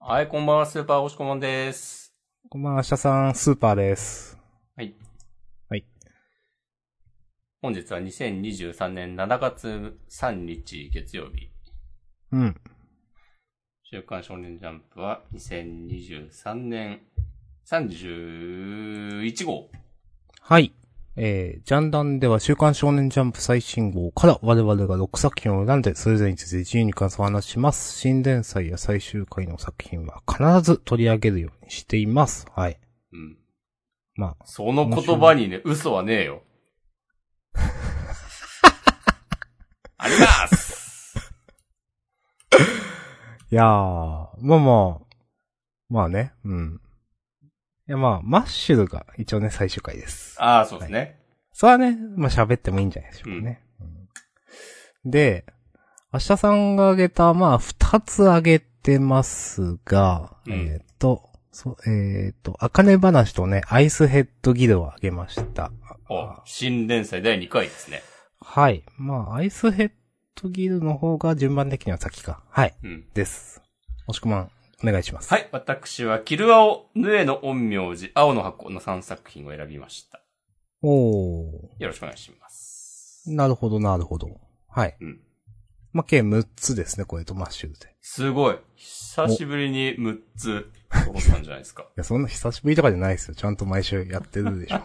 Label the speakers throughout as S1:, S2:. S1: はい、こんばんは、スーパー押しこもんです。
S2: こんばんは、明日さん、スーパーです。
S1: はい。
S2: はい。
S1: 本日は2023年7月3日月曜日。
S2: うん。
S1: 週刊少年ジャンプは2023年31号。
S2: はい。えー、ジャンダンでは週刊少年ジャンプ最新号から我々が6作品を選んで、それぞれについて自由に感想を話します。新連載や最終回の作品は必ず取り上げるようにしています。はい。
S1: うん。
S2: まあ、
S1: その言葉にね、嘘はねえよ。 あります
S2: いやー、まあまあ、まあね、うん。いやまあ、マッシュルが一応ね、最終回です。
S1: ああ、そうですね。
S2: それはね、まあ喋ってもいいんじゃないでしょうかね。うんで、明日さんが挙げた、まあ、二つ挙げてますが、
S1: うん
S2: えーっと、そうえーっと、あかね話とね、アイスヘッドギルを挙げました。
S1: お新連載第2回ですね。
S2: はい。まあ、アイスヘッドギルの方が順番的には先か。はい。
S1: うん。
S2: です。もしくまん、お願いします。
S1: はい、私は、キルアオ、ヌエの陰陽師、青の箱の3作品を選びました。
S2: おー。
S1: よろしくお願いします。
S2: なるほど、なるほど。はい。
S1: うん。
S2: まあ、計6つですね、これとマッシュルで。い
S1: すごい。久しぶりに6つ、揃ったんじゃないです か。
S2: や、そんな久しぶりとかじゃないですよ。ちゃんと毎週やってるでしょ。
S1: 知っ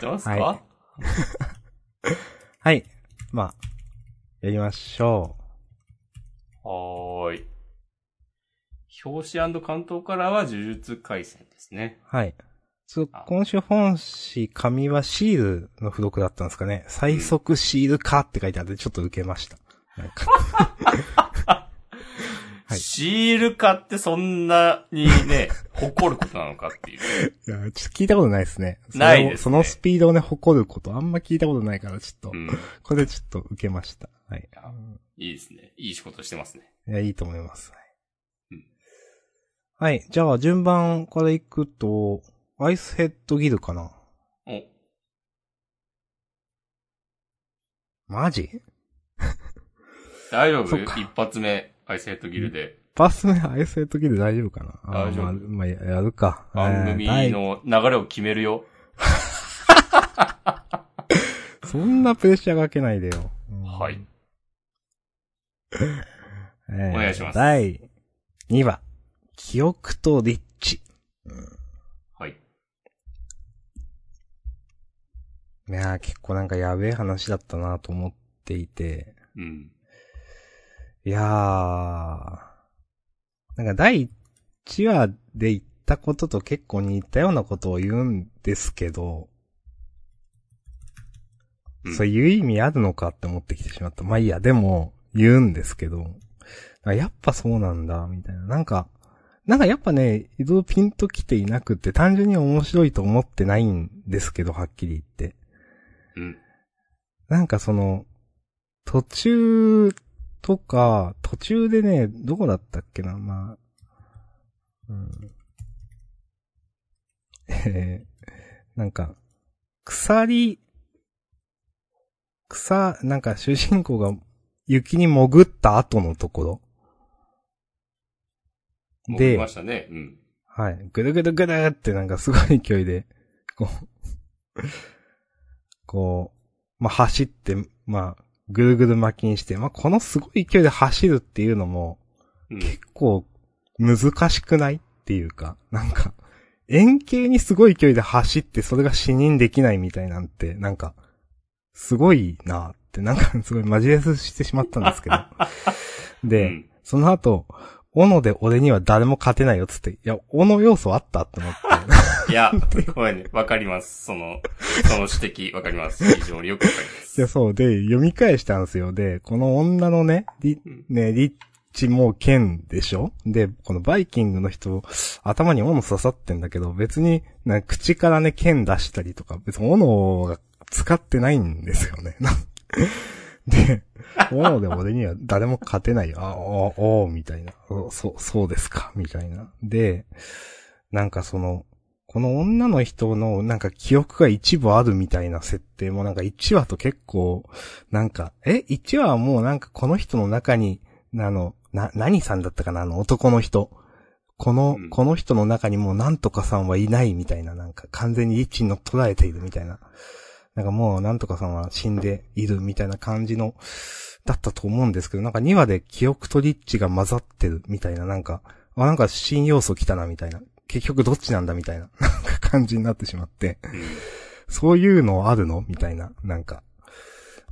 S1: てますか、
S2: はい はい。まあ、やりましょ
S1: はーい。表紙関東からは呪術回戦ですね
S2: う。。はい。ちょ今週本誌、紙はシールの付録だったんですかね。最速シール化って書いてあって、ちょっと受けました。なんかはい
S1: シール化ってそんなに ね、誇ることなのかっていう。
S2: いや、ちょっと聞いたことないですね。それを
S1: ないですね
S2: そのスピードをね、誇ること、あんま聞いたことないから、ちょっと
S1: う、ん。い
S2: これちょっと受けました。はい。
S1: やいいですね。いい仕事してますね。
S2: いや、いいと思います。はい
S1: うん
S2: はい。じゃあ、順番からいくと、アイスヘッドギルかな。
S1: お、
S2: マジ
S1: 大丈夫
S2: そっか
S1: 一発目、アイセットギルで。
S2: パス目アイスヘッドギル大丈夫かなあー
S1: 大丈夫
S2: まあ、まあややるか。
S1: 番組
S2: えー第
S1: の流れを決めるよ。
S2: そんなプレッシャーかけないでよ。うん
S1: はい。。
S2: えー
S1: お願いします
S2: 第2話。記憶とリッチ。
S1: はい。
S2: いやー結構なんかやべえ話だったなと思っていて。
S1: うん。
S2: いやー。なんか第1話で言ったことと結構似たようなことを言うんですけど、
S1: うん
S2: そういう意味あるのかって思ってきてしまった。まあいいや、でも、言うんですけど、あやっぱそうなんだ、みたいな。なんか、なんかやっぱね、いろいろピンときていなくって、単純に面白いと思ってないんですけど、はっきり言って。
S1: うん。
S2: なんかその、途中とか、途中でね、どこだったっけな、まあ、うん。 えー、なんか、鎖、草、なんか主人公が雪に潜った後のところ。
S1: もう
S2: で
S1: 来ましたね。うん。
S2: はい。ぐるぐるぐるってなんかすごい勢いで、こう、こう、まあ、走って、まあ、ぐるぐる巻きにして、まあ、このすごい勢いで走るっていうのも、
S1: うん。
S2: 結構難しくないっていうか、なんか、円形にすごい勢いで走って、それが死認できないみたいなんて、なんか、すごいなって、なんかすごいマジレスしてしまったんで すけど。
S1: う
S2: で、
S1: ん
S2: その後、斧で俺には誰も勝てないよっつって、いや、斧要素あったって思って。
S1: いや、ごめんね。わかります。その、その指摘、わかります。非常によくわかりま
S2: いや、
S1: す。
S2: そう。で、読み返したんですよ。で、この女のね、リ
S1: うん、
S2: ね、リッチも剣でしょで、このバイキングの人、頭に斧刺さってんだけど、別に、なんか口からね、剣出したりとか、別に斧が使ってないんですよね。 なんで、斧で俺には誰も勝てないよ。あ、お、お、みたいな。おそう、そうですか、みたいな。で、なんかその、この女の人のなんか記憶が一部あるみたいな設定もなんか1話と結構、なんか、え、1話はもうなんかこの人の中に、あの、な、何さんだったかなあの男の人。この、
S1: うん
S2: この人の中にもうなんとかさんはいないみたいな、なんか完全に一に乗っ取られているみたいな。なんかもうなんとかさんは死んでいるみたいな感じの、だったと思うんですけど、なんか2話で記憶とリッチが混ざってるみたいな、なんか、あ、なんか新要素来たなみたいな。結局どっちなんだみたいな、なんか感じになってしまって。
S1: うん
S2: そういうのあるのみたいな、なんか。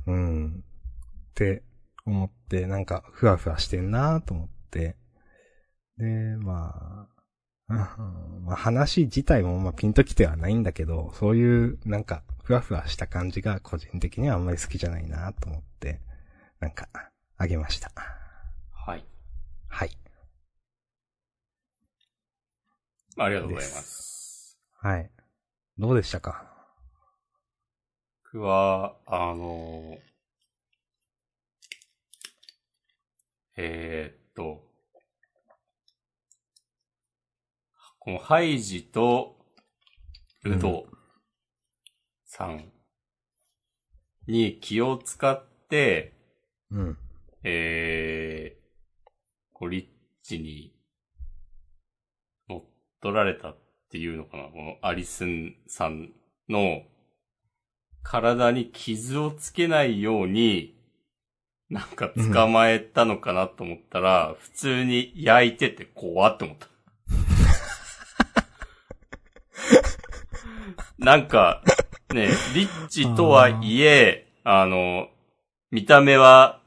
S2: うん。って思って、なんか、ふわふわしてんなと思って。で、まあ、うんまあ話自体もまあピンときてはないんだけど、そういうなんか、ふわふわした感じが個人的にはあんまり好きじゃないなと思って、なんか、あげました。
S1: はい。
S2: はい。
S1: まあありがとうございま。
S2: ですす。はい。どうでしたか
S1: 僕は、あの、えーっと、このハイジと、ルドさんに気を使って、
S2: うん。
S1: えー、こうリッチに乗っ取られたっていうのかな、このアリスンさんの体に傷をつけないように、なんか捕まえたのかなと思ったら、普通に焼いてて怖って思った。なんか、ね、リッチとはいえ、あの、見た目は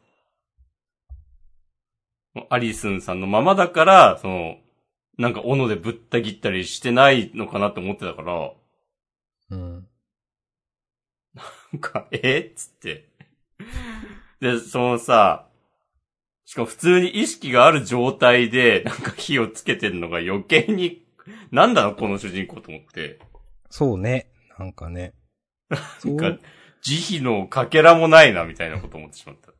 S1: アリスンさんのままだから、その、なんか斧でぶった切ったりしてないのかなって思ってたから、
S2: うん。
S1: なんか、えっつって。で、そのさ、しかも普通に意識がある状態で、なんか火をつけてるのが余計に、なんだろうこの主人公と思って。
S2: そうね。なんかね。
S1: なんか、慈悲のかけらもないな、みたいなこと思ってしまった。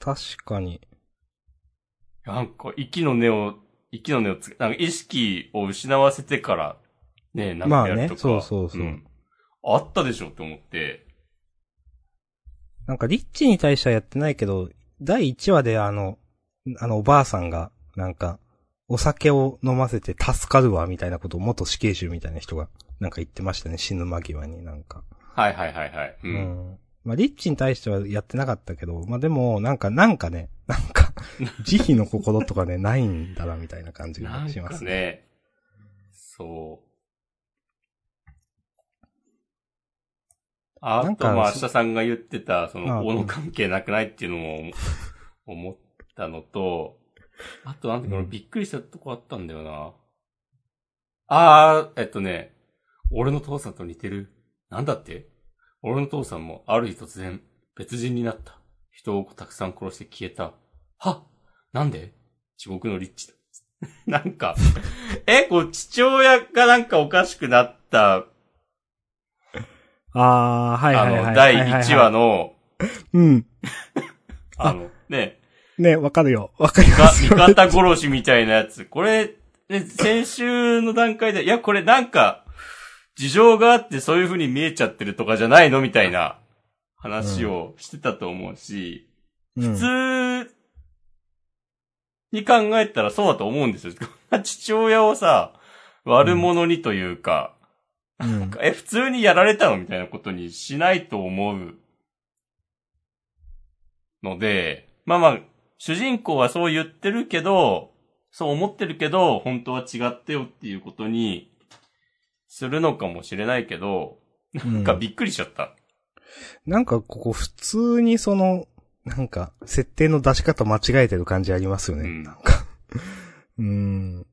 S2: 確かに。
S1: なんか、息の根を、息の根をつけ、なんか意識を失わせてから、ね、なんかやるとか。
S2: まあねそうそうそうん
S1: あったでしょって思って。
S2: なんかリッチに対してはやってないけど、第1話であの、あのおばあさんが、なんか、お酒を飲ませて助かるわ、みたいなことを元死刑囚みたいな人が、なんか言ってましたね、死ぬ間際になんか。
S1: はいはいはいはい。う。
S2: うんまあ、リッチに対してはやってなかったけど、まあ、でも、なんか、なんかね、なんか、慈悲の心と かね、ないんだな、みたいな感じ
S1: な
S2: が
S1: ん
S2: しま
S1: か
S2: すね。
S1: ね。そう。あ
S2: なん
S1: と、
S2: か
S1: まあ、
S2: そ
S1: 明日さんが言ってた、そ
S2: あ
S1: の、
S2: うん
S1: 斧関係なくないっていうの も思思ったのと、あと、なんていうの、
S2: うん
S1: 俺びっくりしたとこあったんだよな。あー、えっとね、俺の父さんと似てる。なんだって俺の父さんもある日突然別人になった。人をたくさん殺して消えた。はなんで地獄のリッチだ。 なんか、え、こう、父親がなんかおかしくなった、
S2: あー、はい
S1: あ
S2: はいはい。
S1: の、第1話
S2: の。
S1: の、
S2: うん。
S1: あの、ね、
S2: ね、わかるよ。わかりま
S1: が
S2: す
S1: 味
S2: よ。
S1: 方殺しみたいなやつ。これ、ね、先週の段階で、いや、これなんか、事情があってそういう風に見えちゃってるとかじゃないのみたいな話をしてたと思うし、
S2: うん
S1: 普通に考えたらそうだと思うんですよ。 父親をさ、悪者にというか、
S2: うん
S1: え、普通にやられたのみたいなことにしないと思うので、まあまあ、主人公はそう言ってるけど、そう思ってるけど、本当は違ってよっていうことにするのかもしれないけど、なんかびっくりしちゃった。
S2: なんかここ普通にその、なんか、設定の出し方間違えてる感じありますよ
S1: う
S2: ね。
S1: ん。
S2: うーん。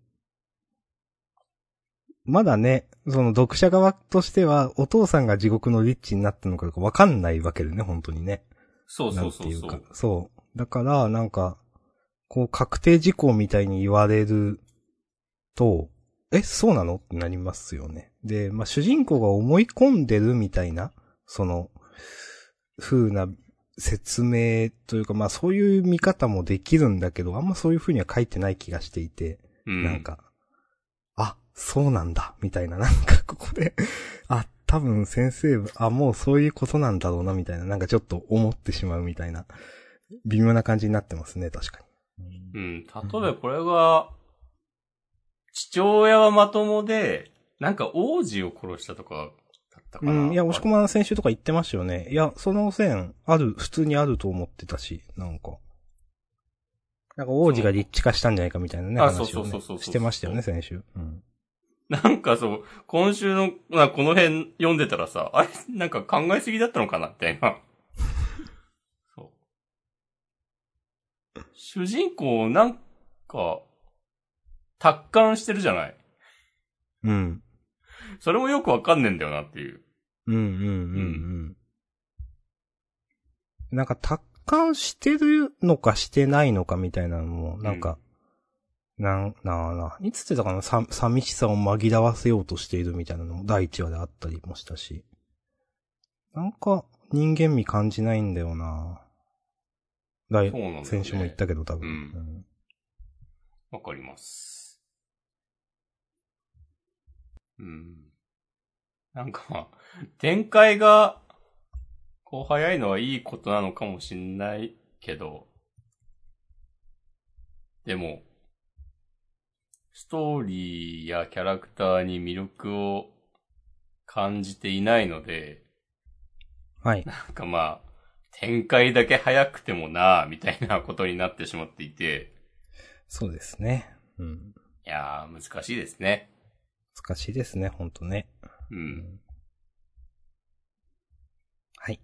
S2: まだね、その読者側としては、お父さんが地獄のリッチになったのかどうかわかんないわけでね、本当にね。
S1: そうそうそうそ
S2: なん
S1: う
S2: てい。か。そう。だから、なんか、こう確定事項みたいに言われると、え、そうなのってなりますよね。で、まあ、主人公が思い込んでるみたいな、その、風な説明というか、まあ、そういう見方もできるんだけど、あんまそういう風には書いてない気がしていて。
S1: うん。
S2: なんか、あ、そうなんだ、みたいな、なんかここで、 あ、多分先生、あ、もうそういうことなんだろうな、みたいな、なんかちょっと思ってしまうみたいな、微妙な感じになってますね、確かに。
S1: うん。例えばこれが、父親はまともで、なんか王子を殺したとかだったか
S2: う
S1: な。
S2: ん。いや、押し込まん先週とか言ってましたよね。いや、その線、ある、普通にあると思ってたし、なんか。なんか王子が立地化したんじゃないかみたいなね、
S1: あ
S2: 話を
S1: そ
S2: ね
S1: うそうそうそうそう
S2: してましたよね、先週。うん。
S1: なんかそう、今週の、なこの辺読んでたらさ、あれなんか考えすぎだったのかなみたいな。そう。主人公、なんか、達観してるじゃない
S2: うん。
S1: それもよくわかんねえんだよなっていう。
S2: うんうんうんうん。なんか達観してるのかしてないのかみたいなのも、なんか、なん、なあな、いつってたかな、さ、寂しさを紛らわせようとしているみたいなのも第一話であったりもしたし。なんか、人間味感じないんだよな来
S1: そうなんだよね
S2: 先週も言ったけど多分。
S1: うん
S2: うん
S1: わかります。うん。なんか まあ、展開が、こう早いのはいいことなのかもしんないけど、でも、ストーリーやキャラクターに魅力を感じていないので、
S2: はい。
S1: なんかまあ、展開だけ早くてもなあみたいなことになってしまっていて、
S2: そうですね。うん。
S1: いやー、難しいですね。
S2: 難しいですね、ほんとね。
S1: うん。
S2: はい。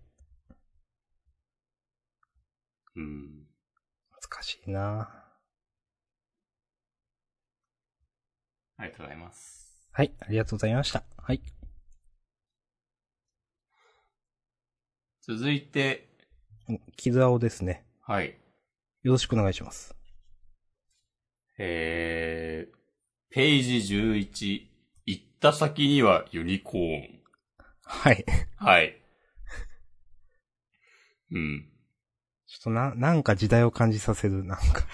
S1: うん。
S2: 難しいな
S1: ありがとうございます。
S2: はい、ありがとうございました。はい。
S1: 続いて、
S2: キズアオですね。
S1: はい。
S2: よろしくお願いします。
S1: えー、ページ11、行った先にはユニコーン。
S2: はい。ちょ
S1: はい。うん。
S2: っとな、なんか時代を感じさせる、なん か。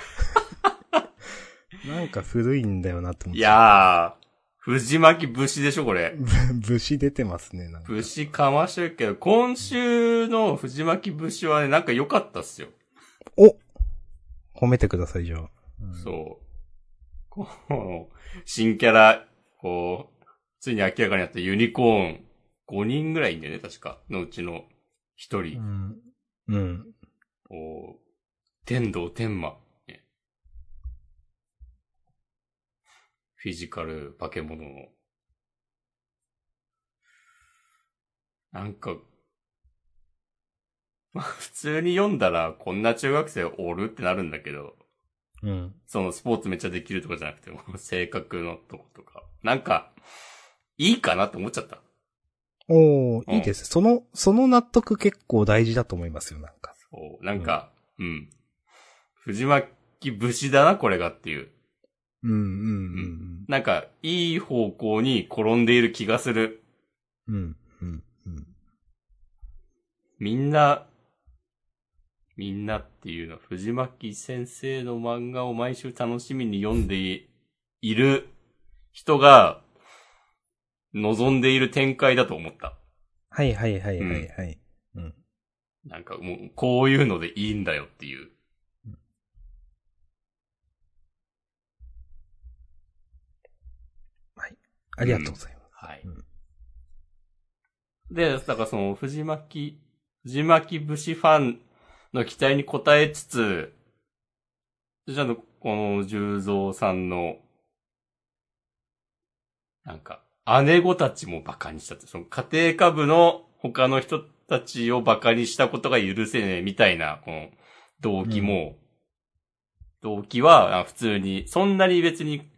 S2: なんか古いんだよなって思っ
S1: い
S2: て。、
S1: やー、藤巻武士でしょ、これ。
S2: 武士出てますね、なんか。
S1: 武士かましてるけど、今週の藤巻武士はね、なんか良かったっすよ。
S2: お褒めてください、じゃあ。
S1: そう。この、新キャラ、こう、ついに明らかになったユニコーン、5人ぐらいいんだよね、確か。のうちの1
S2: う
S1: 人。
S2: ん。うん。
S1: こう、天道天魔。ねフィジカル化け物の。なんか、まあ普通に読んだらこんな中学生おるってなるんだけど、
S2: うん。
S1: そのスポーツめっちゃできるとかじゃなくても、 性格のとことか。なんか、いいかなって思っちゃった。
S2: お
S1: うん
S2: ー、いいです。その、その納得結構大事だと思いますよ、なんか。
S1: そう、なんか、うん。藤巻武士だな、これがっていう。
S2: うん、うん、
S1: なんか、いい方向に転んでいる気がする。
S2: うん。うん、うん、うん。
S1: みんな、みんなっていうのは、藤巻先生の漫画を毎週楽しみに読んでいいる人が、望んでいる展開だと思った。
S2: はいはいはいはいはい。うん。
S1: なんかもう、こういうのでいいんだよっていう。
S2: ありがとうございます。
S1: はい。
S2: うん
S1: で、だからその、藤巻、藤巻武士ファンの期待に応えつつ、じゃあの、この十蔵さんの、なんか、姉子たちもバカにしたって、その家庭科部の他の人たちをバカにしたことが許せねえみたいな、この動機も、動機はあ普通に、そんなに別に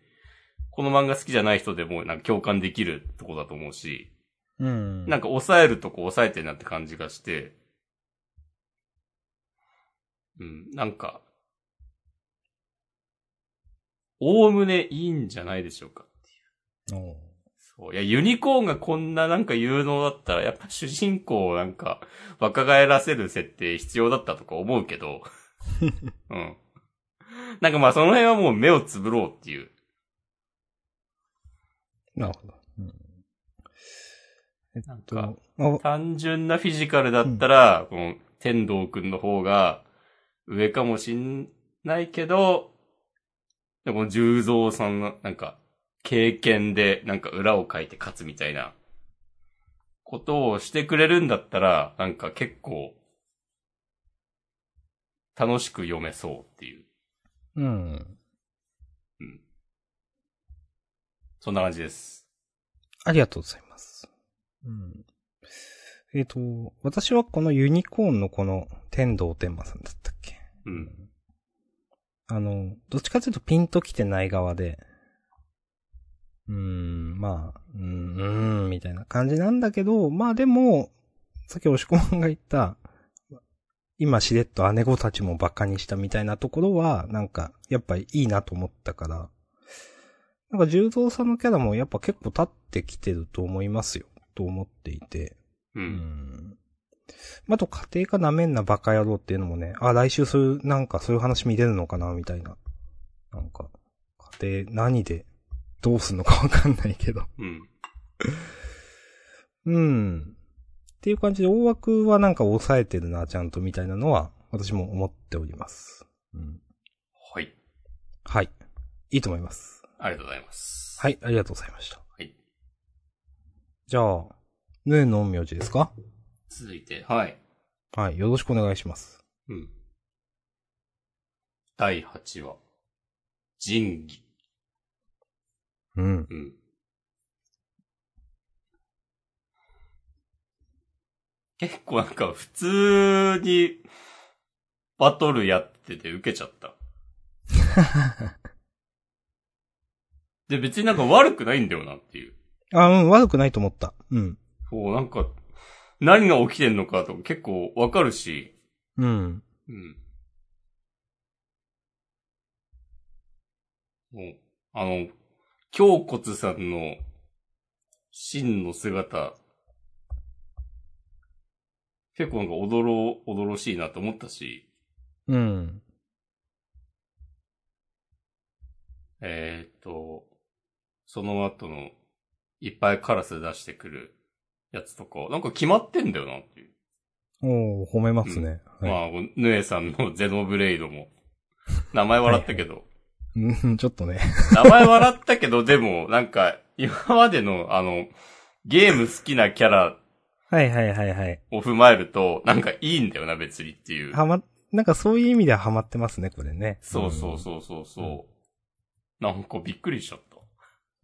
S1: この漫画好きじゃない人でもなんか共感できるとこだと思うし、
S2: うん
S1: なんか抑えるとこ抑えてるなって感じがして、うん、なんか、おおむねいいんじゃないでしょうか。
S2: おう
S1: そう。いや、ユニコーンがこんななんか有能だったら、やっぱ主人公をなんか若返らせる設定必要だったとか思うけ ど、うん。なんかまあその辺はもう目をつぶろうっていう。
S2: なるほど。うんえ
S1: なん
S2: っ
S1: か
S2: と、あ、
S1: 単純なフィジカルだったら、この天道くんの方が上かもしんないけど、で、この重蔵さんの、なんか、経験で、なんか裏を書いて勝つみたいな、ことをしてくれるんだったら、なんか結構、楽しく読めそうっていう、
S2: うん。
S1: そんな感じです。
S2: ありがとうございます。うん。えっ、と、私はこのユニコーンのこの天道天馬さんだったっけ
S1: うん。
S2: あの、どっちかというとピンときてない側で、うーん、まあ、うーん、うーんみたいな感じなんだけど、まあでも、さっき押し込まんが言った、今しれっと姉子たちもバカにしたみたいなところは、なんか、やっぱいいなと思ったから、なんか重蔵さんのキャラもやっぱ結構立ってきてると思いますよ、と思っていて。
S1: う。
S2: うんん。あと、家庭科なめんなバカ野郎っていうのもね、あ、来週そういう、なんかそういう話見れるのかな、みたいな。なんか、家庭、何で、どうすんのかわかんないけど。
S1: うん。
S2: うん。っていう感じで、大枠はなんか抑えてるな、ちゃんと、みたいなのは、私も思っております。うん。
S1: はい。
S2: はい。いいと思います。
S1: ありがとうございます。
S2: はい、ありがとうございました。
S1: はい。
S2: じゃあ、ヌーの陰陽師ですか
S1: 続いて、はい。
S2: はい、よろしくお願いします。
S1: うん。第8話。仁義。
S2: うん。
S1: うん。結構なんか普通にバトルやってて受けちゃった。で、別になんか悪くないんだよなっていう。
S2: あ、うん、悪くないと思った。うん。
S1: そう、なんか、何が起きてんのかとか結構わかるし、
S2: うん。
S1: うん。もう、あの、京骨さんの真の姿、結構なんかおどろ、おどろしいなと思ったし、
S2: うん。
S1: えーっと、その後の、いっぱいカラス出してくるやつとか、なんか決まってんだよなっていう。
S2: おー、褒めますね。はい。
S1: まあ、ヌエさんの ゼノブレイドも、名前笑ったけど、
S2: うんちょっとね。
S1: 名前笑ったけど、でも、なんか、今までの、あの、ゲーム好きなキャラ
S2: はいはいはいはい。
S1: を踏まえると、なんかいいんだよな、別にっていう。
S2: はま、なんかそういう意味ではハマってますね、これね。
S1: そうそうそうそうそう。なんかびっくりしちゃった。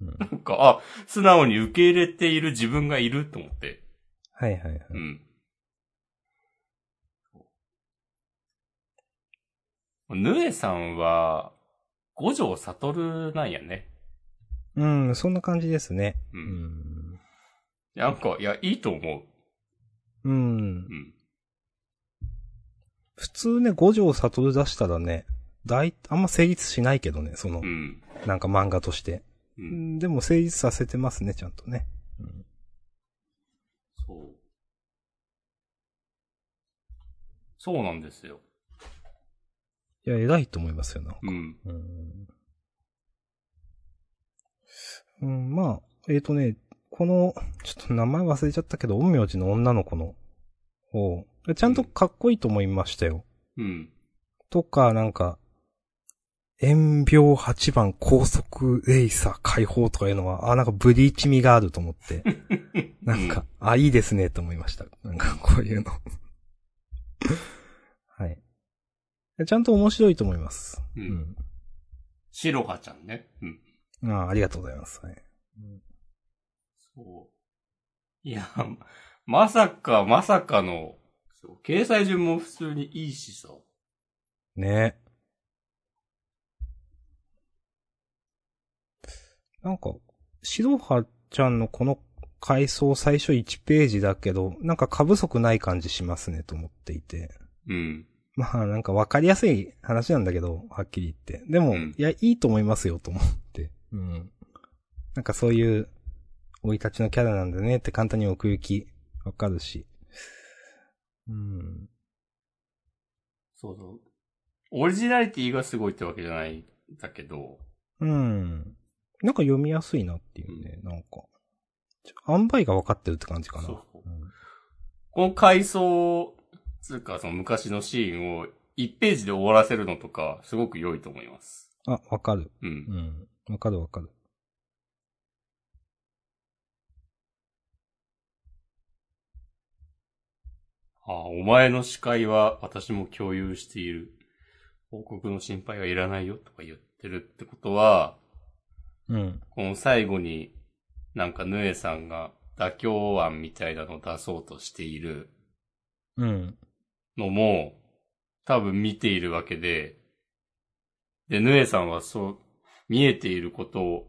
S2: うん。うん
S1: なんか、あ、素直に受け入れている自分がいると思って。
S2: はいはいはい。
S1: うん。ぬえさんは、五条悟なんやね。
S2: うん、そんな感じですね。
S1: う。
S2: うんん。
S1: なんか、いや、いいと思う。
S2: うん
S1: う。ん。
S2: 普通ね、五条悟出したらね、大、あんま成立しないけどね、その
S1: う、ん。
S2: なんか漫画として。
S1: う
S2: うんん、でも成立させてますね、ちゃんとね。うん
S1: そう。そうなんですよ。
S2: いや、偉いと思いますよな。
S1: うん。
S2: うんうん、まあ、えっ、とね、この、ちょっと名前忘れちゃったけど、陰陽師の女の子の方、ちゃんとかっこいいと思いましたよ。
S1: うん。
S2: とか、なんか、炎病8番高速レイサー解放とかいうのは、あ、なんかブリーチ味があると思 って、なんか、あ、いいですね、と思いました。なんか、こういうの。 はい。ちゃんと面白いと思います。
S1: うん
S2: うん
S1: シロハちゃんね。うん。
S2: ああ、ありがとうございます。はい。
S1: そう。いや、まさか、まさかの、そう掲載順も普通にいいしさ。
S2: ねなんか、白葉ちゃんのこの回想最初1ページだけど、なんか過不足ない感じしますねと思っていて。
S1: うん。
S2: まあなんかわかりやすい話なんだけど、はっきり言って。でも、
S1: うん
S2: いや、いいと思いますよと思って。うん。なんかそういう、生い立ちのキャラなんだねって簡単に奥行きわかるし。うん。
S1: そうそう。オリジナリティがすごいってわけじゃないんだけど、
S2: うん。なんか読みやすいなっていうね、なんか。ちょ塩梅が分かってるって感じかな。
S1: そうそう
S2: うん
S1: この回想、つうかその昔のシーンを1ページで終わらせるのとか、すごく良いと思います。
S2: あ、わかる。
S1: う。
S2: うんん。わかるわかる。
S1: ああ、お前の視界は私も共有している。報告の心配はいらないよとか言ってるってことは、
S2: うん。
S1: この最後になんかヌエさんが妥協案みたいなのを出そうとしている
S2: うん。
S1: のも多分見ているわけで、で、ヌエさんはそう、見えていることを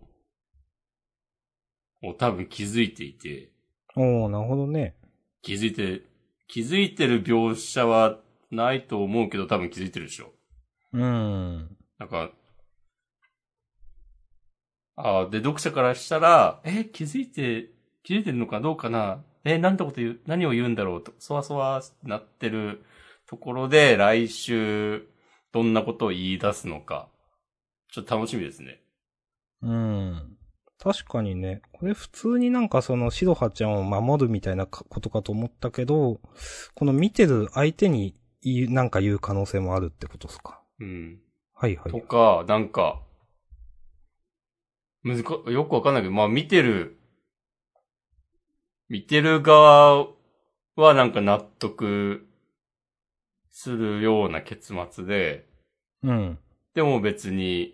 S1: を多分気づいていて、
S2: おー、なるほどね。
S1: 気づいて、気づいてる描写はないと思うけど多分気づいてるでしょ。
S2: うん。
S1: なんか、ああ、で、読者からしたら、え、気づいて、気づいてるのかどうかなえ、なんてこと言う、何を言うんだろうと、そわそわなってるところで、来週、どんなことを言い出すのか、ちょっと楽しみですね。
S2: うん。確かにね、これ普通になんかその、シロハちゃんを守るみたいなかことかと思ったけど、この見てる相手に言う、なんか言う可能性もあるってことですか。
S1: うん。
S2: はいは
S1: と
S2: い。
S1: か、なんか、むずか、よくわかんないけど、まあ見てる、見てる側はなんか納得するような結末で、
S2: うん。
S1: でも別に、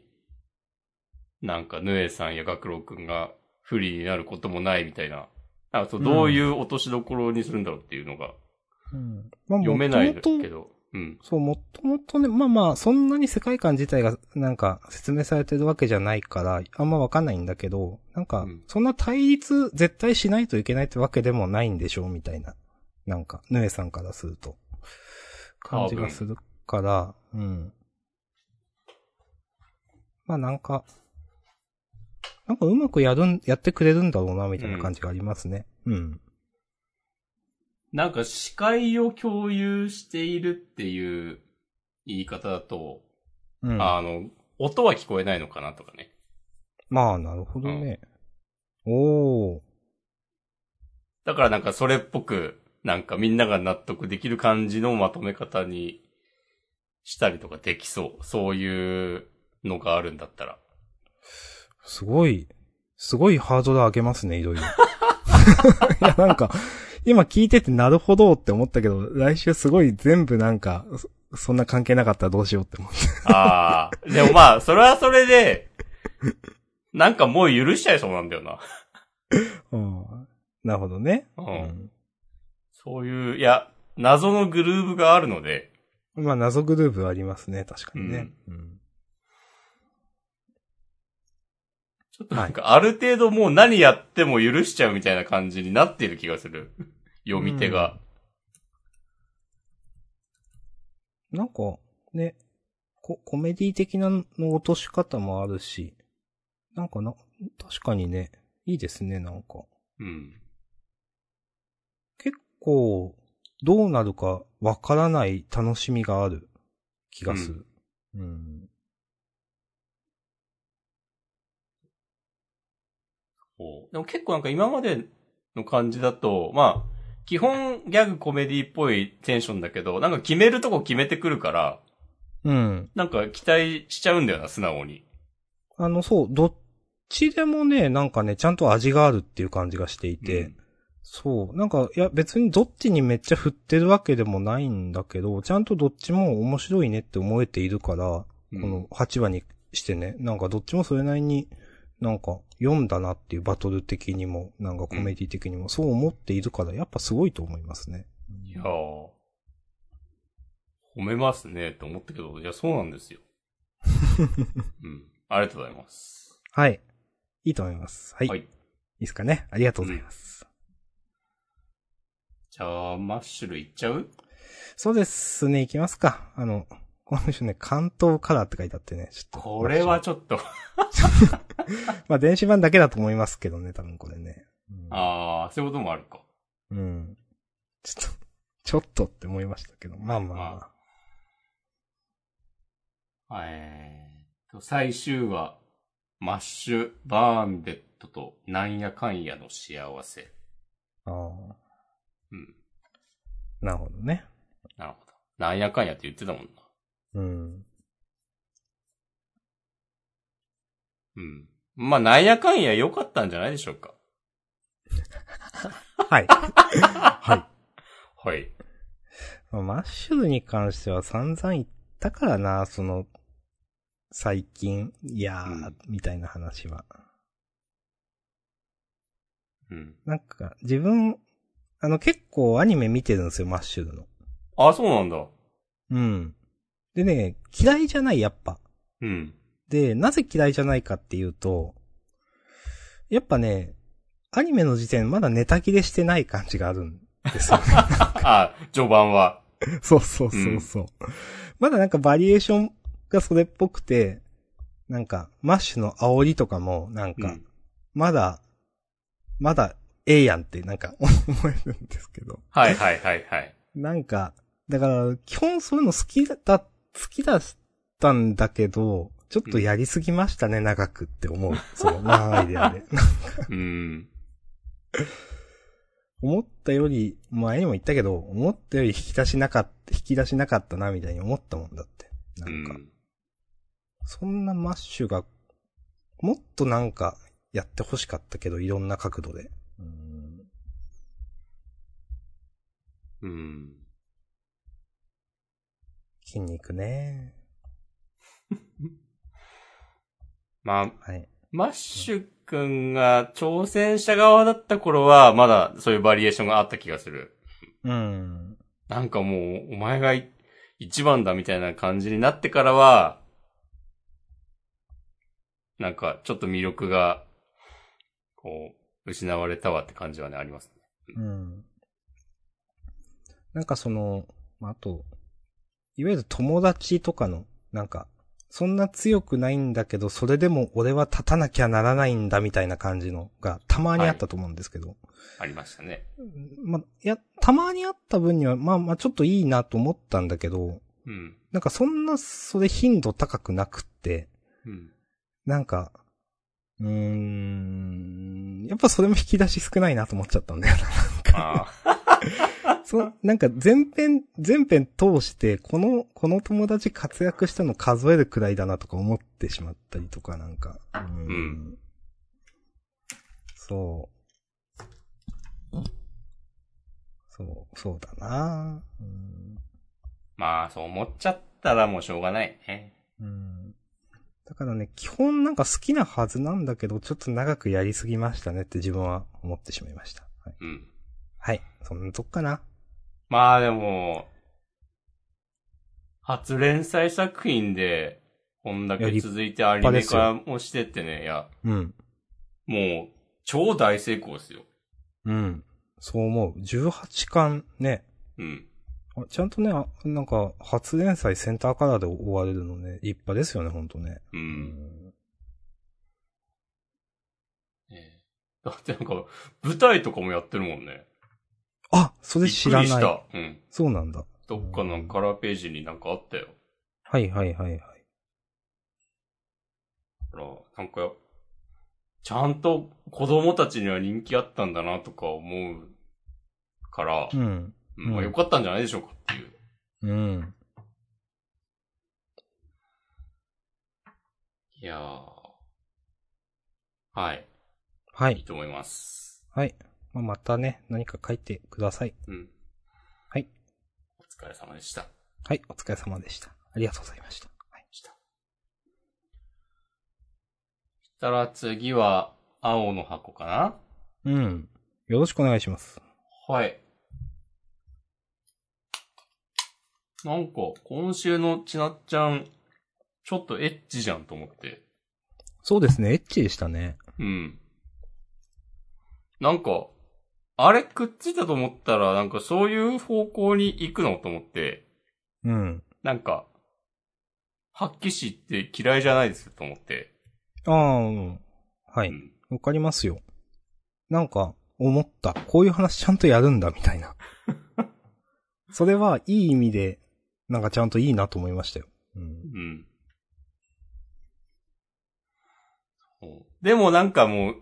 S1: なんかヌエさんや学郎くんが不利になることもないみたいな、なんかそうどういう落としどころにするんだろうっていうのが
S2: うん。まあ
S1: 読めない
S2: 元々
S1: けど、うん。
S2: そう、もともとね、まあまあ、そんなに世界観自体がなんか説明されてるわけじゃないから、あんまわかんないんだけど、なん
S1: う
S2: か
S1: ん、
S2: そんな対立絶対しないといけないってわけでもないんでしょう、みたいな。なんか、ヌエさんからすると。感じがするから、うん。まあなんか、なんかうまくやるん、やってくれるんだろうな、みたいな感じがありますね。うん。
S1: なんか視界を共有しているっていう言い方だと、
S2: うん。
S1: あの、音は聞こえないのかなとかね。
S2: まあ、なるほどね。おー。
S1: だからなんかそれっぽく、なんかみんなが納得できる感じのまとめ方にしたりとかできそう。そういうのがあるんだったら。
S2: すごい、すごいハードル上げますね、いろいろ。 いや、なんか、今聞いててなるほどって思ったけど、来週すごい全部なんか、そそんな関係なかったらどうしようって思って。
S1: ああ。 でもまあ、それはそれで、なんかもう許しちゃいそうなんだよな。
S2: うんなるほどね。
S1: う。
S2: うんん
S1: そういう、いや、謎のグルーヴがあるので、
S2: まあ、謎グループありますね、確かにね。うん
S1: ちょっとなんかある程度もう何やっても許しちゃうみたいな感じになっている気がする。 読み手が。
S2: なんか、ね、こ、コメディ的なの落とし方もあるし、なんかな、確かにね、いいですね、なんか。
S1: うん。
S2: 結構、どうなるかわからない楽しみがある気がする。うん。
S1: こうでも結構なんか今までの感じだと、まあ、基本ギャグコメディっぽいテンションだけど、なんか決めるとこ決めてくるから、
S2: うん。
S1: なんか期待しちゃうんだよな、素直に。
S2: あの、そう、どっちでもね、なんかね、ちゃんと味があるっていう感じがしていて、
S1: うん
S2: そう、なんか、いや、別にどっちにめっちゃ振ってるわけでもないんだけど、ちゃんとどっちも面白いねって思えているから、
S1: うん
S2: この8話にしてね、なんかどっちもそれなりに、なんか読んだなっていうバトル的にも、なんかコメディ的にも、そう思っているから、やっぱすごいと思いますね。
S1: いやー褒めますね、と思ったけど、いや、そうなん ですよ。うん。ありがとうございます。
S2: はい。いいと思います。はい。
S1: はい
S2: い、いですかね。ありがとうございます。
S1: じゃあ、マッシュルいっちゃう
S2: そうですね、行きますか。あの、この人ね、関東カラーって書いてあってね、ちょっと。
S1: これはちょっと、
S2: まあ、電子版だけだと思いますけどね、多分これね。うん
S1: あー、そういうこともあるか。
S2: うん。ちょっと、ちょっとって思いましたけど、まあまあまあ。
S1: えーっと、最終話、マッシュ、バーンベッドと、なんやかんやの幸せ。
S2: ああ
S1: うん。
S2: ーなるほどね。
S1: なるほど。なんやかんやって言ってたもんな。
S2: うん。
S1: うん。まあ、なんやかんや良かったんじゃないでしょうか。
S2: はい。は
S1: はい。
S2: い。マッシュルに関しては散々言ったからな、その、最近、いやー、
S1: うん
S2: みたいな話は。
S1: うん。
S2: なんか、自分、あの、結構アニメ見てるんですよ、マッシュルの。
S1: あ、そうなんだ。
S2: うん。でね、嫌いじゃない、やっぱ。
S1: うん。
S2: で、なぜ嫌いじゃないかっていうと、やっぱね、アニメの時点まだネタ切れしてない感じがあるんですよね。
S1: あ、序盤は。
S2: そうそうそうそう。まだなんかバリエーションがそれっぽくて、なんか、マッシュの煽りとかも、なん
S1: う
S2: か、
S1: ん。
S2: まだ、まだ、ええやんって、なんか、思えるんですけど。
S1: はいはいはいはい。
S2: なんか、だから、基本そういうの好きだった、好きだったんだけど、ちょっとやりすぎましたね、長くって思う。その、長いアイデアで。
S1: うん。
S2: 思ったより、前にも言ったけど、思ったより引き出しなかった、引き出しなかったな、みたいに思ったもんだって。な
S1: うん
S2: か、
S1: ん。
S2: そんなマッシュが、もっとなんか、やって欲しかったけど、いろんな角度で。うん
S1: うん。
S2: 筋肉ね。
S1: まあ、
S2: はい。
S1: マッシュ君が挑戦者側だった頃は、まだそういうバリエーションがあった気がする。
S2: うん。
S1: なんかもう、お前がい一番だみたいな感じになってからは、なんか、ちょっと魅力が、こう、失われたわって感じはね、ありますね。
S2: うん。なんかその、まああと、いわゆる友達とかの、なんか、そんな強くないんだけど、それでも俺は立たなきゃならないんだみたいな感じのが、たまにあったと思うんですけど。
S1: ありましたね。
S2: まあ、いや、たまにあった分には、まあまあちょっといいなと思ったんだけど、
S1: うん。
S2: なんかそんな、それ頻度高くなくって、
S1: うん。
S2: なんか、うーん、やっぱそれも引き出し少ないなと思っちゃったんだよな。
S1: あ
S2: そう、なんか全編、全編通して、この、この友達活躍したの数えるくらいだなとか思ってしまったりとか、なんか。うーん
S1: うん
S2: そう。そう、そうだなうん
S1: まあ、そう思っちゃったらもうしょうがないね。
S2: うん。だからね、基本なんか好きなはずなんだけど、ちょっと長くやりすぎましたねって自分は思ってしまいました。はい。
S1: うん。
S2: はい、そんなとこかな。
S1: まあでも、初連載作品で、こんだけ続いてアニメ化もしてってね、いや、
S2: うん。
S1: もう、超大成功ですよ。
S2: うん。そう思う。18巻ね。
S1: うん。
S2: あちゃんとね、あなんか、初連載センターカラーで終われるのね、立派ですよね、ほんとね。
S1: う。。
S2: うん
S1: ねだってなんか、舞台とかもやってるもんね。
S2: あ、そ
S1: び
S2: れ
S1: っ
S2: 知
S1: く
S2: ら
S1: りし
S2: ない。
S1: た。うん。
S2: そうなんだ。
S1: どっかのカラーページになんかあったよ。
S2: はいはいはいはい。
S1: ほら、なんか、ちゃんと子供たちには人気あったんだなとか思うから、
S2: うん。
S1: まあよかったんじゃないでしょうかっていう。
S2: うん。
S1: いやー。はい。
S2: はい
S1: い
S2: い。
S1: と思います。
S2: はい。まあ、またね、何か書いてください。
S1: うん。
S2: はい。
S1: お疲れ様でした。
S2: はい、お疲れ様でした。ありがとうございました。はい。
S1: した。したら次は、青の箱かな
S2: うん。よろしくお願いします。
S1: はい。なんか、今週のちなっちゃん、ちょっとエッチじゃんと思って。
S2: そうですね、エッチでしたね。
S1: うん。なんか、あれくっついたと思ったら、なんかそういう方向に行くのと思って、
S2: うん。
S1: なんか、発揮士って嫌いじゃないですと思って。
S2: ああ、うん。は
S1: う
S2: い。
S1: ん。
S2: わかりますよ。なんか、思った。こういう話ちゃんとやるんだ、みたい な。それは、いい意味で、なんかちゃんといいなと思いましたよ。うん。
S1: うん。でもなんかもう、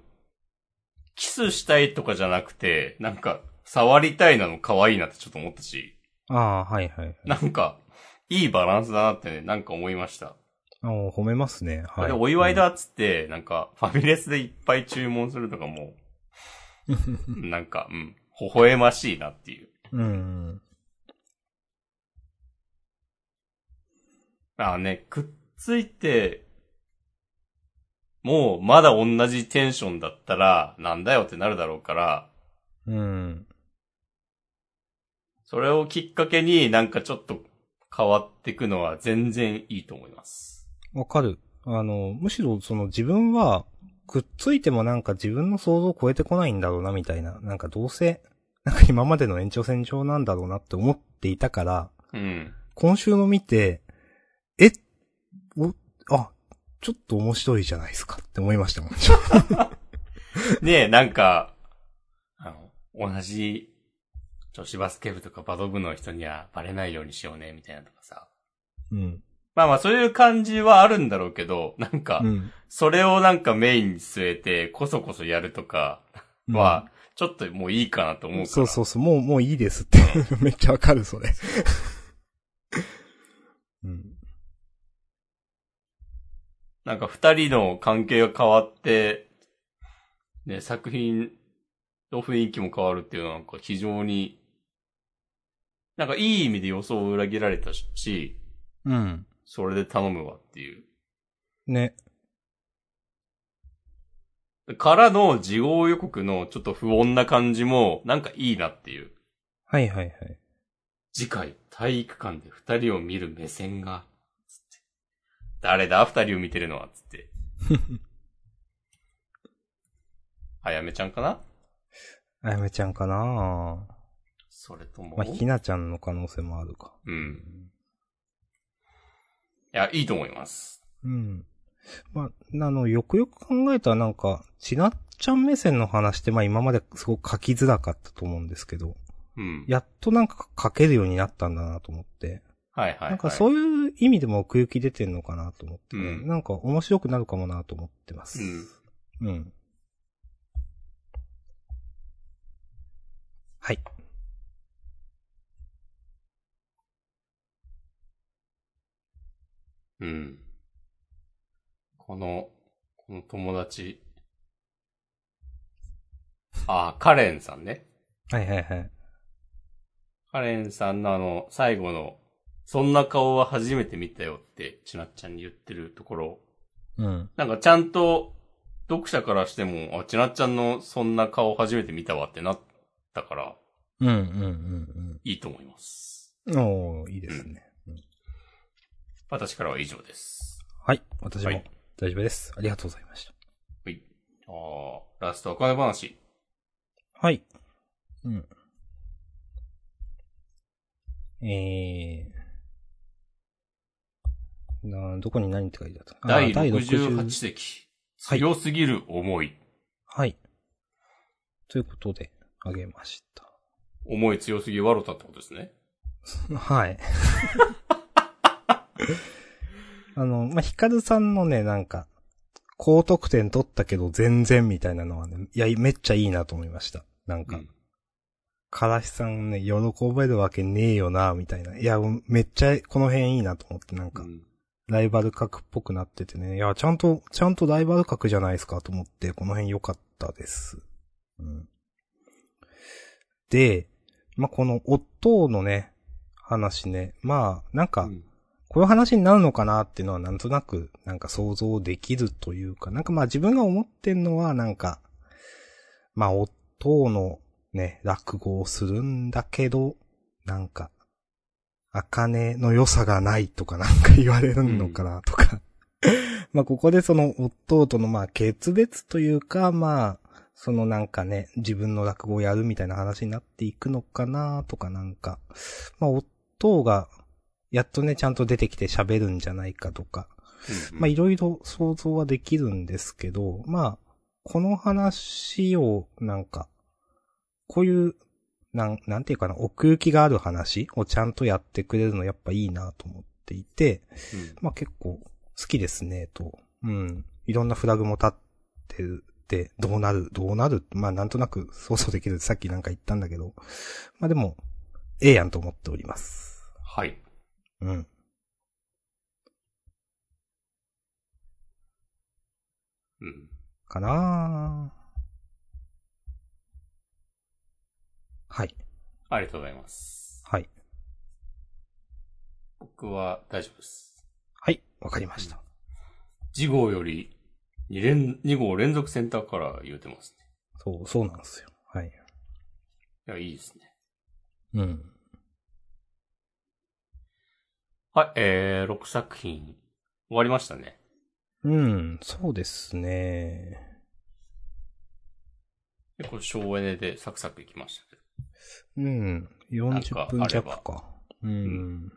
S1: キスしたいとかじゃなくて、なんか、触りたいなの可愛いなってちょっと思ったし、
S2: ああ、はいはい。
S1: なんか、いいバランスだなってね、なんか思いました。
S2: あもう褒めますね。
S1: あ
S2: はい。
S1: れお祝いだっつって、なんか、ファミレスでいっぱい注文するのが もう、なんか、うん、微笑ましいなっていう。
S2: うん。うん。
S1: ああね、くっついて、もうまだ同じテンションだったら、なんだよってなるだろうから、
S2: うん。
S1: それをきっかけになんかちょっと変わっていくのは全然いいと思います。
S2: わかる。あの、むしろその自分は、くっついてもなんか自分の想像を超えてこないんだろうなみたいな、なんかどうせ、なんか今までの延長線上なんだろうなって思っていたから、
S1: うん。
S2: 今週の見て、え、お、あ、ちょっと面白いじゃないですかって思いましたもん。
S1: ねえ、なんか、あの、同じ女子バスケ部とかバド部の人にはバレないようにしようね、みたいなとかさ。
S2: うん。
S1: まあまあそういう感じはあるんだろうけど、なんか
S2: う、ん。
S1: それをなんかメインに据えて、こそこそやるとかは、ちょっともういいかなと思うから。
S2: そうそうそう、もう、もういいですって。 めっちゃわかる、そ れ。うん。
S1: なんか二人の関係が変わって、ね、作品の雰囲気も変わるっていうのはなんか非常に、なんかいい意味で予想を裏切られたし、
S2: うん。
S1: それで頼むわっていう。
S2: ね。
S1: からの事後予告のちょっと不穏な感じも、なんかいいなっていう。
S2: はいはいはい。
S1: 次回、体育館で二人を見る目線が、つって誰だ二人を見てるのは、つって。 あやめちゃんかな
S2: あやめちゃんかな
S1: それとも。
S2: まあ、ひなちゃんの可能性もあるか。
S1: うん。いや、いいと思います。
S2: うん。まあ、あの、よくよく考えたらなんか、ちなっちゃん目線の話ってまあ今まですごく書きづらかったと思うんですけど、
S1: うん。
S2: やっとなんか書けるようになったんだなと思って、
S1: はいはい、はい。
S2: なんかそういう意味でも奥行き出てんのかなと思って、
S1: うん
S2: なんか面白くなるかもなと思ってます。
S1: うん。
S2: うん。はい。
S1: うん。この、この友達。あ、カレンさんね。
S2: はいはいはい。
S1: カレンさんのあの、最後の、そんな顔は初めて見たよって、ちなっちゃんに言ってるところ。
S2: うん。
S1: なんかちゃんと、読者からしても、あ、ちなっちゃんのそんな顔初めて見たわってなったから、
S2: うんうんうん
S1: いいと思います。
S2: うん。おー、いいですね。
S1: 私からは以上です。
S2: はい。私
S1: は
S2: も
S1: い
S2: 大丈夫です。ありがとうございました。
S1: はい。ああ、ラストは金話。
S2: はい。うん。えー。などこに何って書いてあったあ
S1: 第
S2: ー
S1: 68
S2: 60
S1: 席。
S2: はい
S1: 強すぎる思い。
S2: はい。ということで、あげました。
S1: 思い強すぎ笑ったってことですね。
S2: はい。 あの、まあ、ヒカルさんのね、なんか、高得点取ったけど全然みたいなのはね、いや、めっちゃいいなと思いました。なんか、
S1: うん
S2: からしさんね、喜べるわけねえよな、みたいな。いや、めっちゃこの辺いいなと思って、なんか、ライバル格っぽくなっててね。いや、ちゃんと、ちゃんとライバル格じゃないですかと思って、この辺良かったです。うん。で、まあ、この、夫のね、話ね。まあ、なん
S1: う
S2: か、
S1: ん
S2: こういう話になるのかなっていうのはなんとなく、なんか想像できるというか、なんかまあ自分が思ってんのはなんか、まあ夫のね、落語をするんだけど、なんか、茜の良さがないとかなんか言われるのかなとか。 まあここでその夫とのまあ決別というか、まあ、そのなんかね、自分の落語をやるみたいな話になっていくのかなとかなんか、まあ夫がやっとね、ちゃんと出てきて喋るんじゃないかとか、まあ、いろいろ想像はできるんですけど、まあ、この話を、なんか、こういう、なん、なんていうかな、奥行きがある話をちゃんとやってくれるのやっぱいいなと思っていて、
S1: うん
S2: まあ結構好きですね、と。うん。いろんなフラグも立ってるって、どうなる、どうなる、まあなんとなく想像できる、さっきなんか言ったんだけど、まあでも、ええやんと思っております。
S1: はい。
S2: うん。
S1: うん。
S2: かなはい。
S1: ありがとうございます。
S2: はい。
S1: 僕は大丈夫です。
S2: はい。わかりました。
S1: 次号より2連、2号連続センターから言うてますね。
S2: そう、そうなんですよ。はい。
S1: いや、いいですね。
S2: うん。
S1: はい、えー、6作品終わりましたね。
S2: うん、そうですね。
S1: 結構省エネでサクサクいきましたけど。
S2: うん。
S1: なんか
S2: 40
S1: あ
S2: 分
S1: れ
S2: 弱
S1: ば
S2: か。うん。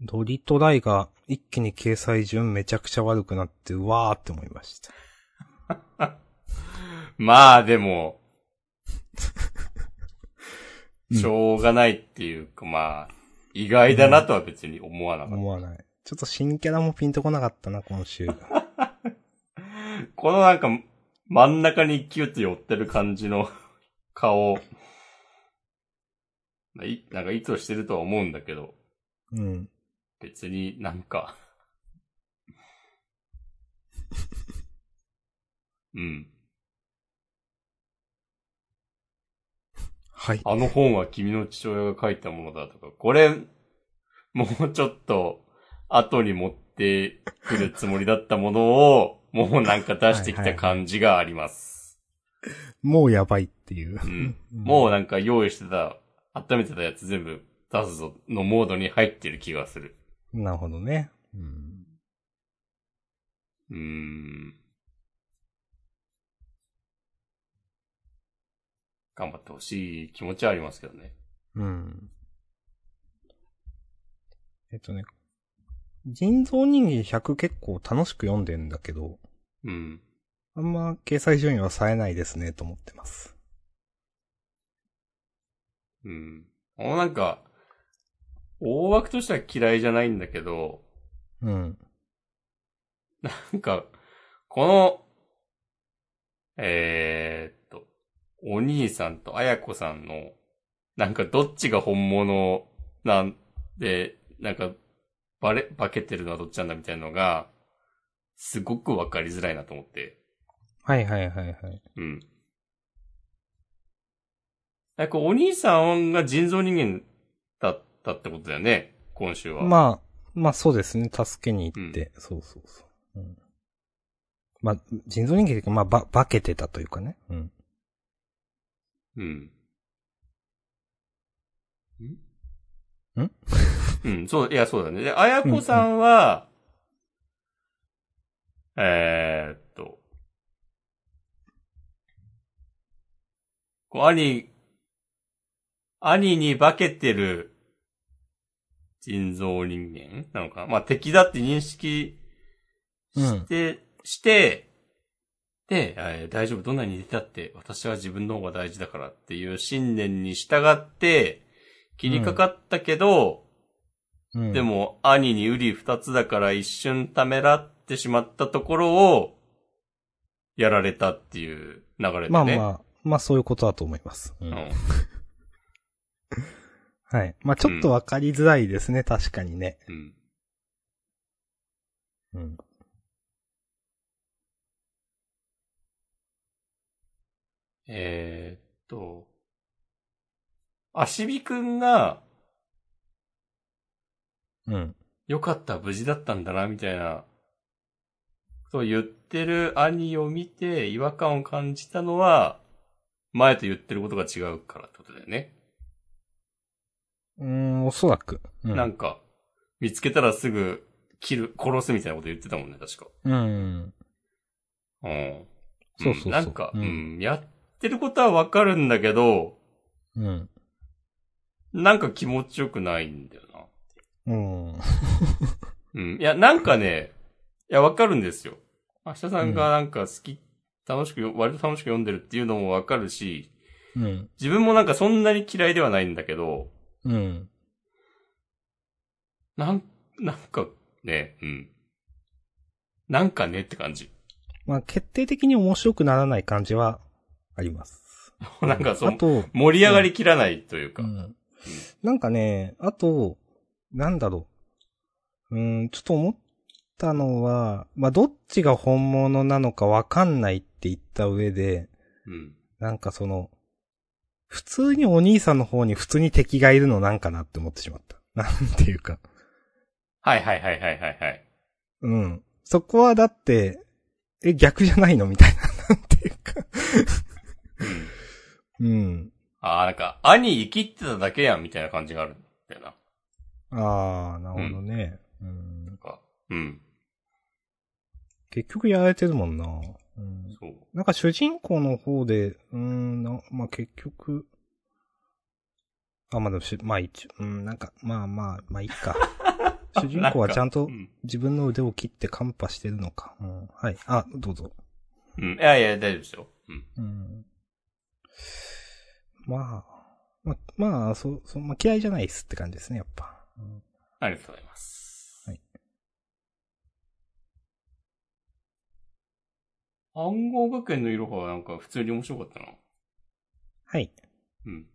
S2: ドリトライが一気に掲載順めちゃくちゃ悪くなって、うわーって思いました。
S1: まあ、でも、
S2: うん
S1: しょうがないっていうか、まあ、意外だなとは別に思わなかった。
S2: 思わない。ちょっと新キャラもピンとこなかったな、今週。
S1: このなんか、真ん中にキュッと寄ってる感じの顔、いなんか意図してるとは思うんだけど、
S2: うん。
S1: 別になんか、うん。
S2: はい。
S1: あの本は君の父親が書いたものだとか、これ、もうちょっと、後に持ってくるつもりだったものを、もうなんか出してきた感じがあります。
S2: もうやばいっていう。
S1: ん
S2: うん
S1: もうなんか用意してた、温めてたやつ全部出すぞのモードに入ってる気がする。
S2: なるほどね。うん。
S1: うーん。頑張ってほしい気持ちはありますけどね。
S2: うん。えっとね、人造人間100結構楽しく読んでんだけど、
S1: うん。
S2: あんま掲載順位は冴えないですね、と思ってます。
S1: うん。もうなんか、大枠としては嫌いじゃないんだけど、
S2: うん。
S1: なんか、この、えー、っと、お兄さんとあやこさんの、なんかどっちが本物なんで、なんか、バレ、化けてるのはどっちなんだみたいなのが、すごくわかりづらいなと思って。
S2: はいはいはいはい。
S1: うん。なんかお兄さんが人造人間だったってことだよね、今週は。
S2: まあ、まあそうですね、助けに行って、そうそうそう。うん、まあ、人造人間というか、まあ、ば、化けてたというかね。うん。
S1: うん。ん
S2: ん
S1: うん、そう、いや、そうだね。で、あやこさんは、えーっと、こう、兄、兄に化けてる人造人間なのかなまあ、敵だって認識して、して、で、えー大丈夫、どんなに似てたって、私は自分の方が大事だからっていう信念に従って、切りかかったけど、
S2: うん、
S1: で、も兄に瓜二つだから一瞬ためらってしまったところを、やられたっていう流れでね。
S2: まあまあ、まあそういうことだと思います。う
S1: うんん。
S2: はい。まあちょっとわかりづらいですね、確かにね。
S1: うん。
S2: うん。
S1: えーっと、足火くんが、
S2: うん。
S1: よかった、無事だったんだな、みたいな、と言ってる兄を見て違和感を感じたのは、前と言ってることが違うからってことだよね。
S2: うーん、おそらく。うん。
S1: なんか、見つけたらすぐ、切る、殺すみたいなこと言ってたもんね、確か。
S2: うん。
S1: うん。
S2: そうそうそう。
S1: んなんか、う、
S2: うんん。
S1: やってることはわかるんだけど、
S2: うん。
S1: なんか気持ちよくないんだよな。
S2: うん。
S1: うん。いや、なんかね、いや、わかるんですよ。明日さんがなんか好き、楽しくよ、割と楽しく読んでるっていうのもわかるし、
S2: うん。
S1: 自分もなんかそんなに嫌いではないんだけど、
S2: うん。
S1: なん、なんかね、うん。なんかねって感じ。
S2: まあ、決定的に面白くならない感じはあります。
S1: なんかそ
S2: あ
S1: の、
S2: と、
S1: 盛り上がりきらないというか。
S2: うん。なんかね、あと、なんだろうん、ちょっと思ったのは、まあ、どっちが本物なのかわかんないって言った上で、
S1: うん。
S2: なんかその、普通にお兄さんの方に普通に敵がいるのなんかなって思ってしまった。 なんていうか。
S1: はいはいはいはいはいはい。
S2: うん。そこはだって、え、逆じゃないのみたいな、 なんていうか。
S1: うん。
S2: うん。
S1: ああ、なんか、兄生きてただけやんみたいな感じがあるんだよな。
S2: あー、なるほどね。うん、
S1: うん。
S2: 結局やられてるもんな。うん
S1: そう。
S2: なんか主人公の方で、うーん、なまあ、結局、あ、まあ、でもし、まあ、一応、うん、なんか、まあまあ、まあ、いい か。主人公はちゃんと
S1: うん。
S2: 自分の腕を切ってカンパしてるのか。うん、はい。あ、どうぞ。
S1: うん。いやいや、大丈夫ですよ。うん。
S2: うん。まあ、まあ、まあ、そう、そう、まあ、嫌いじゃないっすって感じですね、やっぱ。うん
S1: ありがとうございます。
S2: はい。
S1: 暗号学園の色がなんか普通に面白かったな。
S2: はい。
S1: うん。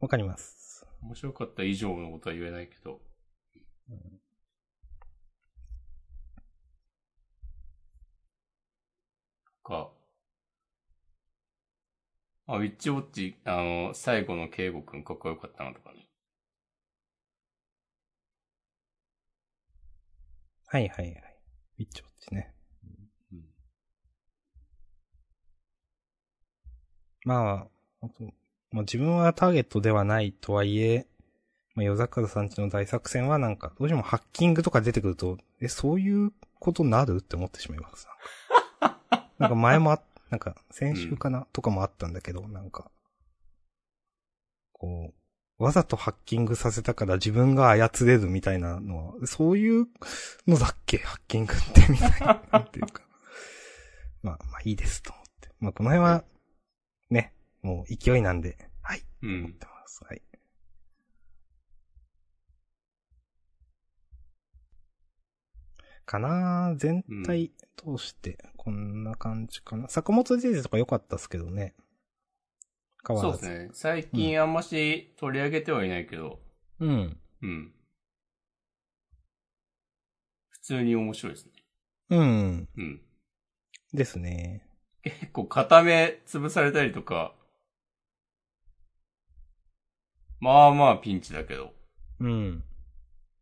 S2: わかります。
S1: 面白かった以上のことは言えないけど。か。あ、ウィッチウォッチ、あの、最後のケイゴくんかっこよかったなとかね。
S2: はいはいはい。一応ですね。
S1: うん
S2: まあ、あと、まあ自分はターゲットではないとはいえ、まあ、夜桜さんちの大作戦はなんか、どうしてもハッキングとか出てくると、え、そういうことになるって思ってしまいます。なんかなんか前もあ、なんか先週かな、とかもあったんだけど、なんか、こう、わざとハッキングさせたから自分が操れるみたいなのは、そういうのだっけハッキングってみたいな。なんていうか。まあ、まあいいですと思って。まあこの辺は、ね、もう勢いなんで、はい、
S1: う
S2: 思っ
S1: ん。
S2: てます。はい。かなあ全体通して、こんな感じかな。坂本先生とか良かったっすけどね。変わ
S1: そう
S2: ら
S1: で
S2: ず。
S1: すね。最近あんまし取り上げてはいないけど、
S2: うん。
S1: うん。普通に面白いですね。
S2: うん。
S1: うん。
S2: ですね。
S1: 結構固め潰されたりとか、まあまあピンチだけど、
S2: うん。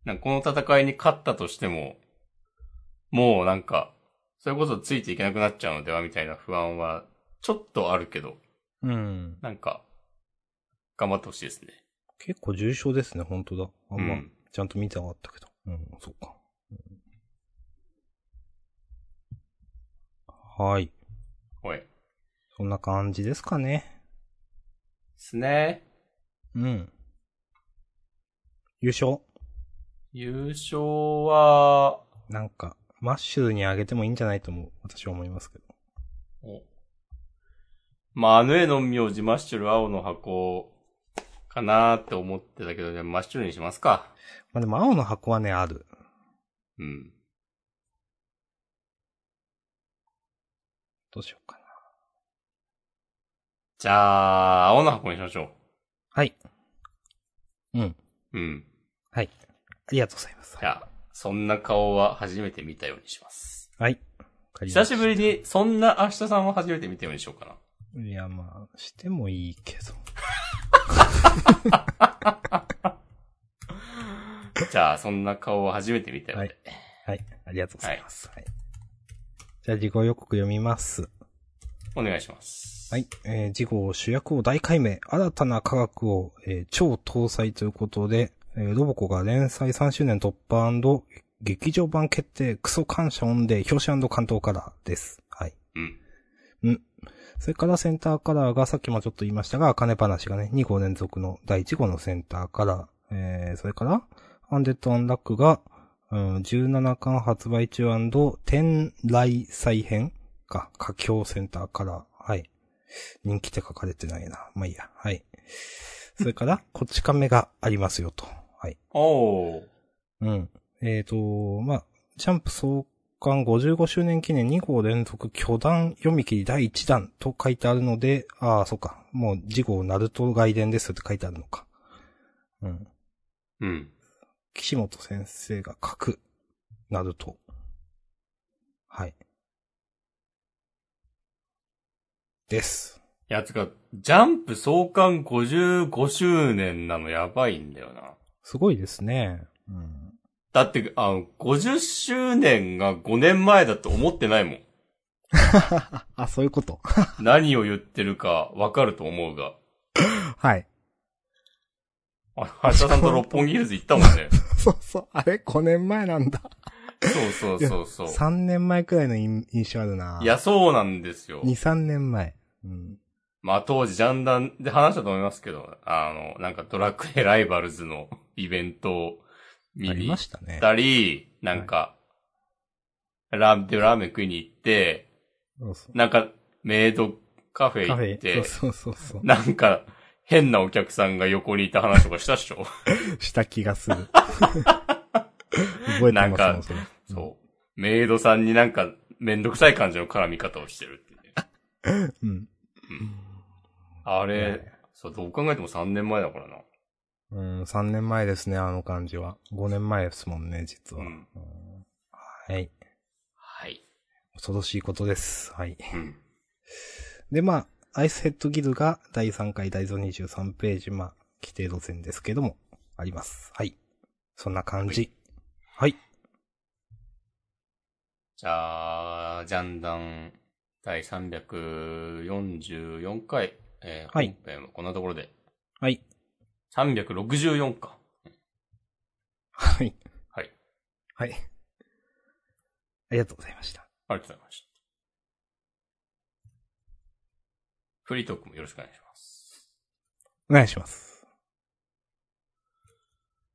S1: なんかこの戦いに勝ったとしても、もうなんか、それこそついていけなくなっちゃうのではみたいな不安は、ちょっとあるけど、
S2: うん。
S1: なんか、頑張ってほしいですね。
S2: 結構重症ですね、本当だ。あんま、
S1: うん
S2: ちゃんと見てなかったけど。うん、そうか。はい。
S1: はい。で
S2: そんな感じですかね。
S1: すね。
S2: うん。優勝
S1: 優勝は、
S2: なんか、マッシュルにあげてもいいんじゃないとも、私は思いますけど。
S1: おまあ、あの絵の名字、マッシュル青の箱かなーって思ってたけど、でもマッシュルにしますか。
S2: まあ、でも青の箱はね、ある。
S1: うん。
S2: どうしようかな。
S1: じゃあ、青の箱にしましょ
S2: はい。うん。
S1: う。うん。
S2: はい。ありがとうございます。
S1: いや、そんな顔は初めて見たようにします。
S2: はい。
S1: 久しぶりに、そんな明日さんを初めて見たようにしようかな。
S2: いや、まあ、してもいいけど。
S1: じゃあ、そんな顔は初めて見たようで。
S2: はい。ありがとうございます。はい。じゃあ、事後予告読みます。
S1: お願いします。
S2: はい。えー、事後主役を大解明、新たな科学を、えー超搭載ということで、えーロボコが連載3周年突破劇場版決定、クソ感謝オンデー、表紙関東カラーです。はい。
S1: うん。
S2: それからセンターカラーが、さっきもちょっと言いましたが、金話がね、2号連続の第1号のセンターカラー。えー、それから、アンデッド・アンラックが、うん、17巻発売中天来再編か、佳境センターカラー。はい。人気って書かれてないな。まあいいや。はい。それから、こち亀がありますよと。はい。
S1: おー。
S2: うん。えっ、と、まあ、ジャンプ創刊55周年記念2号連続巨弾読み切り第1弾と書いてあるので、ああ、そっか。もう次号ナルト外伝ですって書いてあるのか。うん。
S1: うん。
S2: 岸本先生が書く、ナルト。はい。です。
S1: いや、つか、ジャンプ創刊55周年なのやばいんだよな。
S2: すごいですね。うん。
S1: だって、あの、50周年が5年前だと思ってないもん。
S2: あ、そういうこと。
S1: 何を言ってるかわかると思うが。
S2: はい。
S1: あ、橋田さんと六本木ヒルズ行ったもんね。
S2: そうそう。あれ ?5 年前なんだ。
S1: そうそうそうそう。
S2: 3年前くらいの印印象あるな。
S1: いや、そうなんですよ
S2: 2、。3年前。うん。
S1: まあ当時、ジャンダンで話したと思いますけど、あの、なんかドラクエライバルズのイベントを見
S2: あり
S1: に
S2: ま
S1: 行っ
S2: したね。
S1: たり、なんか、ラーメン、ラーメン食いに行って、
S2: そうそう
S1: なんか、メイドカフェ
S2: カフ
S1: 行っ
S2: ェ。
S1: て、
S2: そうそうそうそ
S1: なんか、変なお客さんが横にいた話とかしたっしょ
S2: う。した気がする。覚えて
S1: なん
S2: ます
S1: か
S2: もんそれ
S1: そう。メイドさんになんか、めんどくさい感じの絡み方をしてるっていうね。
S2: うん。
S1: あ
S2: はい
S1: れ、そう、どう考えても3年前だからな。
S2: うん、3年前ですね、あの感じは。5年前ですもんね、実は。
S1: うん
S2: うんはい。
S1: はい。
S2: 恐ろしいことです。はい。
S1: うん。
S2: で、まあ、アイスヘッドギルが第3回第23ページ、まあ、規定路線ですけども、あります。はい。そんな感じ。はい。
S1: じゃあ、ジャンダン第344回、えー、
S2: はい
S1: 本編はこんなところで、
S2: はい。
S1: 364か。
S2: はい。
S1: はい。
S2: はい。ありがとうございました。
S1: ありがとうございました。フリートークもよろしくお願いします。
S2: お願いします。